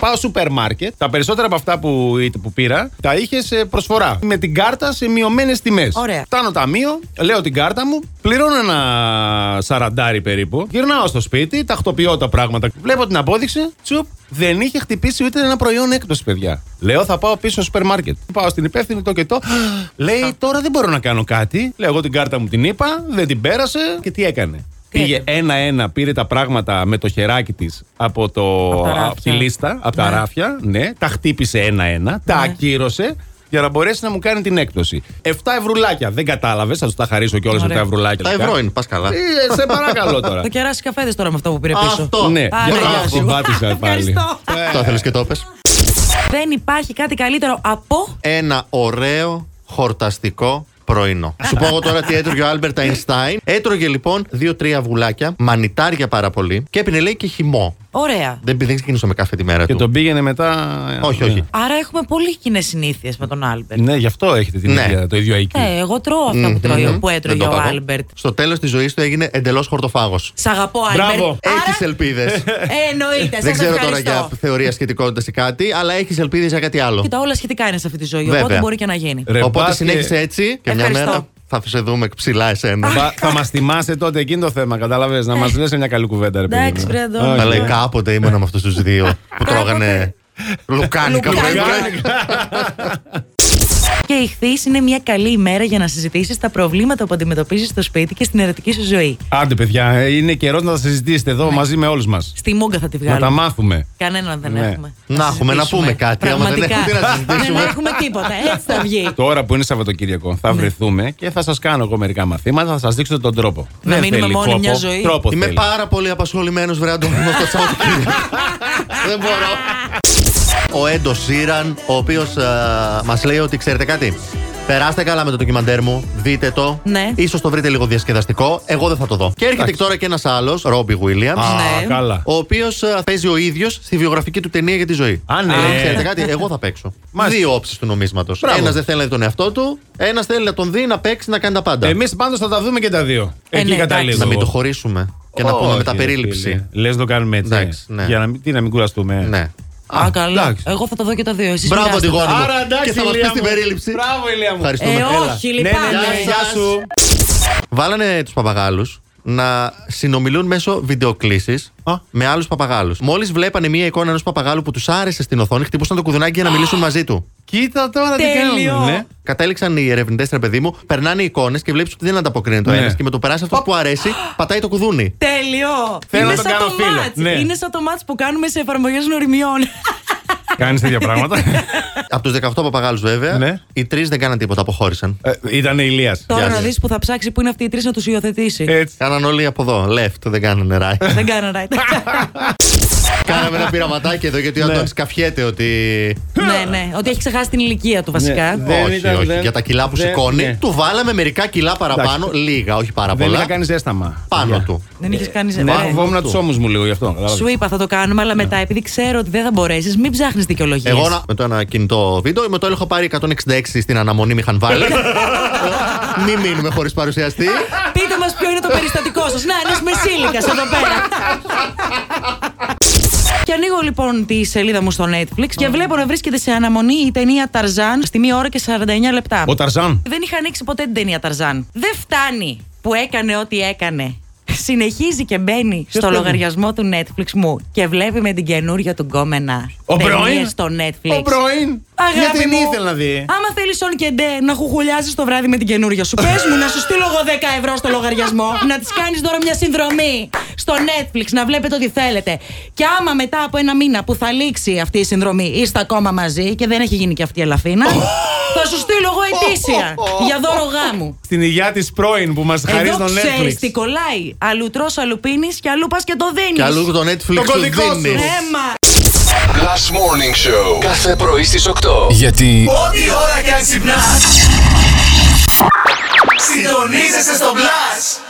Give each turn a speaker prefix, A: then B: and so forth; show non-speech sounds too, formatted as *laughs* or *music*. A: πάω σούπερ μάρκετ, τα περισσότερα από αυτά που, που πήρα τα είχε σε προσφορά. Με την κάρτα σε μειωμένες τιμές.
B: Ωραία.
A: Φτάνω ταμείο, λέω την κάρτα μου, πληρώνω ένα σαραντάρι περίπου. Γυρνάω στο σπίτι, τακτοποιώ τα πράγματα. Βλέπω την απόδειξη, τσουπ, δεν είχε χτυπήσει ούτε ένα προϊόν έκπτωση, παιδιά. Λέω, θα πάω πίσω στο σούπερ μάρκετ. Πάω στην υπεύθυνη, το και το. Λέει, τώρα δεν μπορώ να κάνω κάτι. Λέω, εγώ την κάρτα μου την είπα, δεν την πέρασε. Και τι έκανε.
B: Τι
A: Πήγε
B: έκανε?
A: ένα-ένα, πήρε τα πράγματα με το χεράκι της από, το,
B: τα ράφια.
A: από τη λίστα, από τα
B: Ναι.
A: ράφια. Ναι, τα χτύπησε ένα-ένα, τα
B: Ναι.
A: ακύρωσε για να μπορέσει να μου κάνει την έκπτωση. 7 ευρουλάκια. Δεν κατάλαβες, θα του τα χαρίσω κιόλας με
B: Ωραία.
A: τα ευρουλάκια.
C: Τα
A: λογικά.
C: ευρώ είναι, πας καλά.
A: Ε, σε παρακαλώ τώρα.
C: *laughs*
B: Θα κεράσει καφέδες τώρα με αυτό που πήρε πίσω.
C: Αυτό.
A: Ναι,
B: Άρα,
A: για
B: γεια σου. *laughs*
A: βάτησα πάλι.
B: Ευχαριστώ.
A: Ε,
C: Το θέλει και το πες.
B: Δεν υπάρχει κάτι καλύτερο από.
C: Ένα ωραίο χορταστικό πρωινό. Σου πω εγώ τώρα τι έτρωγε ο Άλμπερτ Αϊνστάιν. Έτρωγε λοιπόν δύο-τρία βουλάκια, μανιτάρια πάρα πολύ και έπινε λέει και χυμό.
B: Ωραία.
C: Δεν, δεν ξεκίνησε με καφέ τη μέρα
A: Και
C: του.
A: τον πήγαινε μετά.
C: Όχι,
A: ε,
C: όχι.
B: Άρα έχουμε πολύ κοινέ συνήθειες με τον Άλμπερτ.
A: Ναι, γι' αυτό έχετε την
C: Ναι.
A: ίδια, το ίδιο IQ.
B: Ε, εγώ τρώω αυτά που, τρώει-
C: Μμμ.
B: που
C: Δεν
B: έτρωγε
C: το
B: ο
C: πάγω.
B: Άλμπερτ.
C: Στο τέλος της ζωής του έγινε εντελώς χορτοφάγος.
B: Σ' αγαπώ, Άλμπερτ.
A: Μπράβο.
B: Άρα,
C: Έχεις ελπίδες.
B: ε, εννοείται.
C: *laughs* Δεν
B: σας
C: ξέρω τώρα
B: ευχαριστώ.
C: για θεωρία σχετικότητας ή κάτι, αλλά έχεις ελπίδες για κάτι άλλο.
B: Κοίτα, όλα σχετικά είναι σε αυτή τη ζωή. Οπότε
C: Βέβαια.
B: μπορεί και να γίνει.
A: Ρε,
C: Οπότε
A: μπάσκε-
C: συνέχισε έτσι και μια
B: Ευχαριστώ.
C: μέρα θα σε δούμε ψηλά εσένα.
A: Μπα- Θα μας θυμάσαι τότε εκείνο το θέμα, κατάλαβε. Να μας λε μια καλή κουβέντα, ρε παιδί. μου.
B: Ε. Εντάξει, πρέπει να το-
A: Όχι,
C: Αλλά
A: ναι.
C: κάποτε ήμουνα με αυτούς τους δύο που τρώγανε λουκάνικα πρωί.
B: Και η χθή είναι μια καλή ημέρα για να συζητήσεις τα προβλήματα που αντιμετωπίζεις στο σπίτι και στην ερωτική σου ζωή.
A: Άντε, παιδιά, ε, είναι καιρός να τα συζητήσετε εδώ
B: Ναι.
A: μαζί με όλους μας.
B: Στη μόγκα θα τη
A: Να τα
B: βγάλουμε.
A: μάθουμε.
B: Κανέναν δεν
A: Ναι.
B: έχουμε.
C: Να έχουμε, να
B: συζητήσουμε.
C: πούμε κάτι, άμα δεν
B: Πραγματικά.
C: έχουμε τι να συζητήσουμε.
B: Δεν έχουμε τίποτα. Έτσι θα βγει.
A: Ε, Τώρα που είναι Σαββατοκύριακο,
B: Ναι.
A: θα βρεθούμε και θα σας κάνω εγώ μερικά μαθήματα, θα σας δείξω τον τρόπο.
B: Να μείνουμε μόνοι μια ζωή.
A: Τρόπο
C: Είμαι
A: θέλει.
C: πάρα πολύ απασχολημένος βρε Αντώνη, στο Σαββατοκύριακο. Δεν μπορώ. Ο Έντος Σίραν, ο οποίος μας λέει ότι ξέρετε κάτι. Περάστε καλά με το ντοκιμαντέρ μου, δείτε το.
B: Ναι.
C: Ίσως το βρείτε λίγο διασκεδαστικό. Εγώ δεν θα το δω. Και έρχεται τώρα και ένας άλλος, Ρόμπι Βίλιαμ.
A: Α,
B: Ναι.
A: καλά.
C: Ο οποίος παίζει ο ίδιος στη βιογραφική του ταινία για τη ζωή.
A: Α, ναι.
C: Ε, Ξέρετε κάτι, εγώ θα παίξω.
A: Μάλιστα.
C: Δύο όψεις του νομίσματος.
A: Μπράβο.
C: Ένας δεν θέλει να δει τον εαυτό του, ένας θέλει να τον δει, να παίξει, να κάνει τα πάντα.
A: Εμείς πάντως θα τα δούμε και τα δύο.
B: Ε,
A: Εκεί
B: ναι,
A: καταλήγω.
C: Να μην το χωρίσουμε και να πούμε μεταπερίληψη.
A: Λε το κάνουμε έτσι.
C: Εντάξει, ναι.
A: Για να μην, τι, να μην κουραστούμε.
C: Ναι.
B: Α, καλά.
A: εντάξει.
B: Εγώ θα το δω και τα δύο. Εσείς
C: Μπράβο,
B: μοιράστε τα.
C: Αντιγόνη.
A: Άρα εντάξει.
C: Και θα μας
A: Ηλία
C: πεις την
A: μου.
C: περίληψη.
A: Μπράβο, ηλία μου.
C: Ευχαριστούμε.
B: Ε,
C: Έλα.
B: όχι,
A: Ναι, ναι,
B: λυπάμαι.
A: ναι, γεια
C: σας.
A: σου.
C: Βάλανε τους παπαγάλους να συνομιλούν μέσω βιντεοκλήσει
A: Α.
C: με άλλους παπαγάλους. Μόλις βλέπανε μία εικόνα ενός παπαγάλου που τους άρεσε στην οθόνη, χτυπούσαν το κουδουνάκι για να μιλήσουν μαζί του.
A: Κοίτα τώρα τι
B: Τέλειο.
A: κάνουμε. ναι.
C: Κατέληξαν οι ερευνητές, ρε παιδί μου, περνάνε εικόνες και βλέπεις ότι δεν ανταποκρίνεται ο
A: Ναι.
C: ένας. Και με το περάσει αυτό που αρέσει, πατάει το κουδούνι.
B: Τέλειο.
A: Θέλω
B: είναι
A: να το
B: σαν
A: κάνω
B: το
A: φίλο.
B: μάτς.
A: Ναι.
B: Είναι σαν το μάτς που κάνουμε σε εφαρμογές γνωριμιών.
A: Κάνεις τέτοια πράγματα.
C: Από τους 18 παπαγάλους, βέβαια,
A: Ναι.
C: οι τρεις δεν κάναν τίποτα, αποχώρησαν.
A: Ε, Ήταν ηλίας.
B: Τώρα
C: σας.
B: να δεις που θα ψάξει που είναι αυτοί οι τρεις να τους υιοθετήσει.
A: Έτσι.
C: Κάναν όλοι από εδώ, left, δεν κάνανε right.
A: *laughs*
B: Δεν κάνω right.
C: Κάναμε ένα πειραματάκι εδώ γιατί ο
A: Ναι.
C: Αντώνης καφιέται ότι.
B: ναι, ναι. Ότι έχει ξεχάσει την ηλικία του βασικά.
A: Ναι. Δεν
C: όχι,
A: ήταν,
C: όχι.
A: δεν-
C: για τα κιλά που
A: δεν-
C: σηκώνει,
A: ναι.
C: του βάλαμε μερικά κιλά παραπάνω, λίγα, όχι πάρα
A: Δεν
C: πολλά.
A: είχα κάνει ζέσταμα.
C: Πάνω
A: Παιδιά.
C: του.
B: Δεν είχες κάνει
A: Ναι,
B: ζευγάρι.
A: φοβόμουν τους ώμους μου λίγο γι' αυτό. κατάλαβες.
B: Σου είπα θα το κάνουμε,
A: Ναι.
B: αλλά μετά επειδή ξέρω ότι δεν θα μπορέσεις, μην ψάχνεις δικαιολογίες.
C: Εγώ να- με το ένα κινητό βίντεο, με το άλλο έχω πάρει 166 στην αναμονή μηχαν
A: *laughs*
C: βάλει. Μην μείνουμε χωρίς παρουσιαστή.
B: Πείτε μας ποιο είναι το περιστατικό σας. Να, ένα μεσήλικα εδώ πέρα. Και ανοίγω λοιπόν τη σελίδα μου στο Netflix και βλέπω να βρίσκεται σε αναμονή η ταινία Ταρζάν στη 1 ώρα και 49 λεπτά.
A: Ο Ταρζάν.
B: Δεν είχα ανοίξει ποτέ την ταινία Ταρζάν. Δεν φτάνει που έκανε ό,τι έκανε. Συνεχίζει και μπαίνει στο
A: παίρνει?
B: λογαριασμό του Netflix μου και βλέπει με την καινούρια του γκόμενα.
A: Ο
B: ταινίες
A: πρώην.
B: στο Netflix.
A: Ο πρώην.
B: Αγάπη
A: Γιατί δεν
B: μου,
A: ήθελε να δει.
B: Άμα θέλεις όν και ντε να χουχουλιάζεις το βράδυ με την καινούργια σου, πες μου να σου στείλω εγώ 10 ευρώ στο
A: *laughs*
B: λογαριασμό. να της κάνεις τώρα μια συνδρομή στο Netflix, να βλέπετε ό,τι θέλετε. Και άμα μετά από ένα μήνα που θα λήξει αυτή η συνδρομή, είστε ακόμα μαζί και δεν έχει γίνει και αυτή η
A: *laughs*
B: ελαφίνα, θα σου στείλω εγώ
A: Oh,
B: ετήσια για δώρο
A: *laughs*
B: γάμου.
A: Στην υγεία της πρώην που μας χαρίζει
B: Εδώ
A: στο
B: ξέρεις τι
A: Netflix.
B: κολλάει. Αλλού τρώ, αλλού πίνεις και αλλού πας και το δίνεις.
C: Και αλλού το Netflix
A: Το
C: σου
A: κωδικό σου.
C: δίνεις.
B: Έμα.
D: Last Morning Show. Κάθε πρωί στις 8.
E: Γιατί
F: Ό,τι ώρα κι αν ξυπνάς Συντονίζεσαι στο Blast.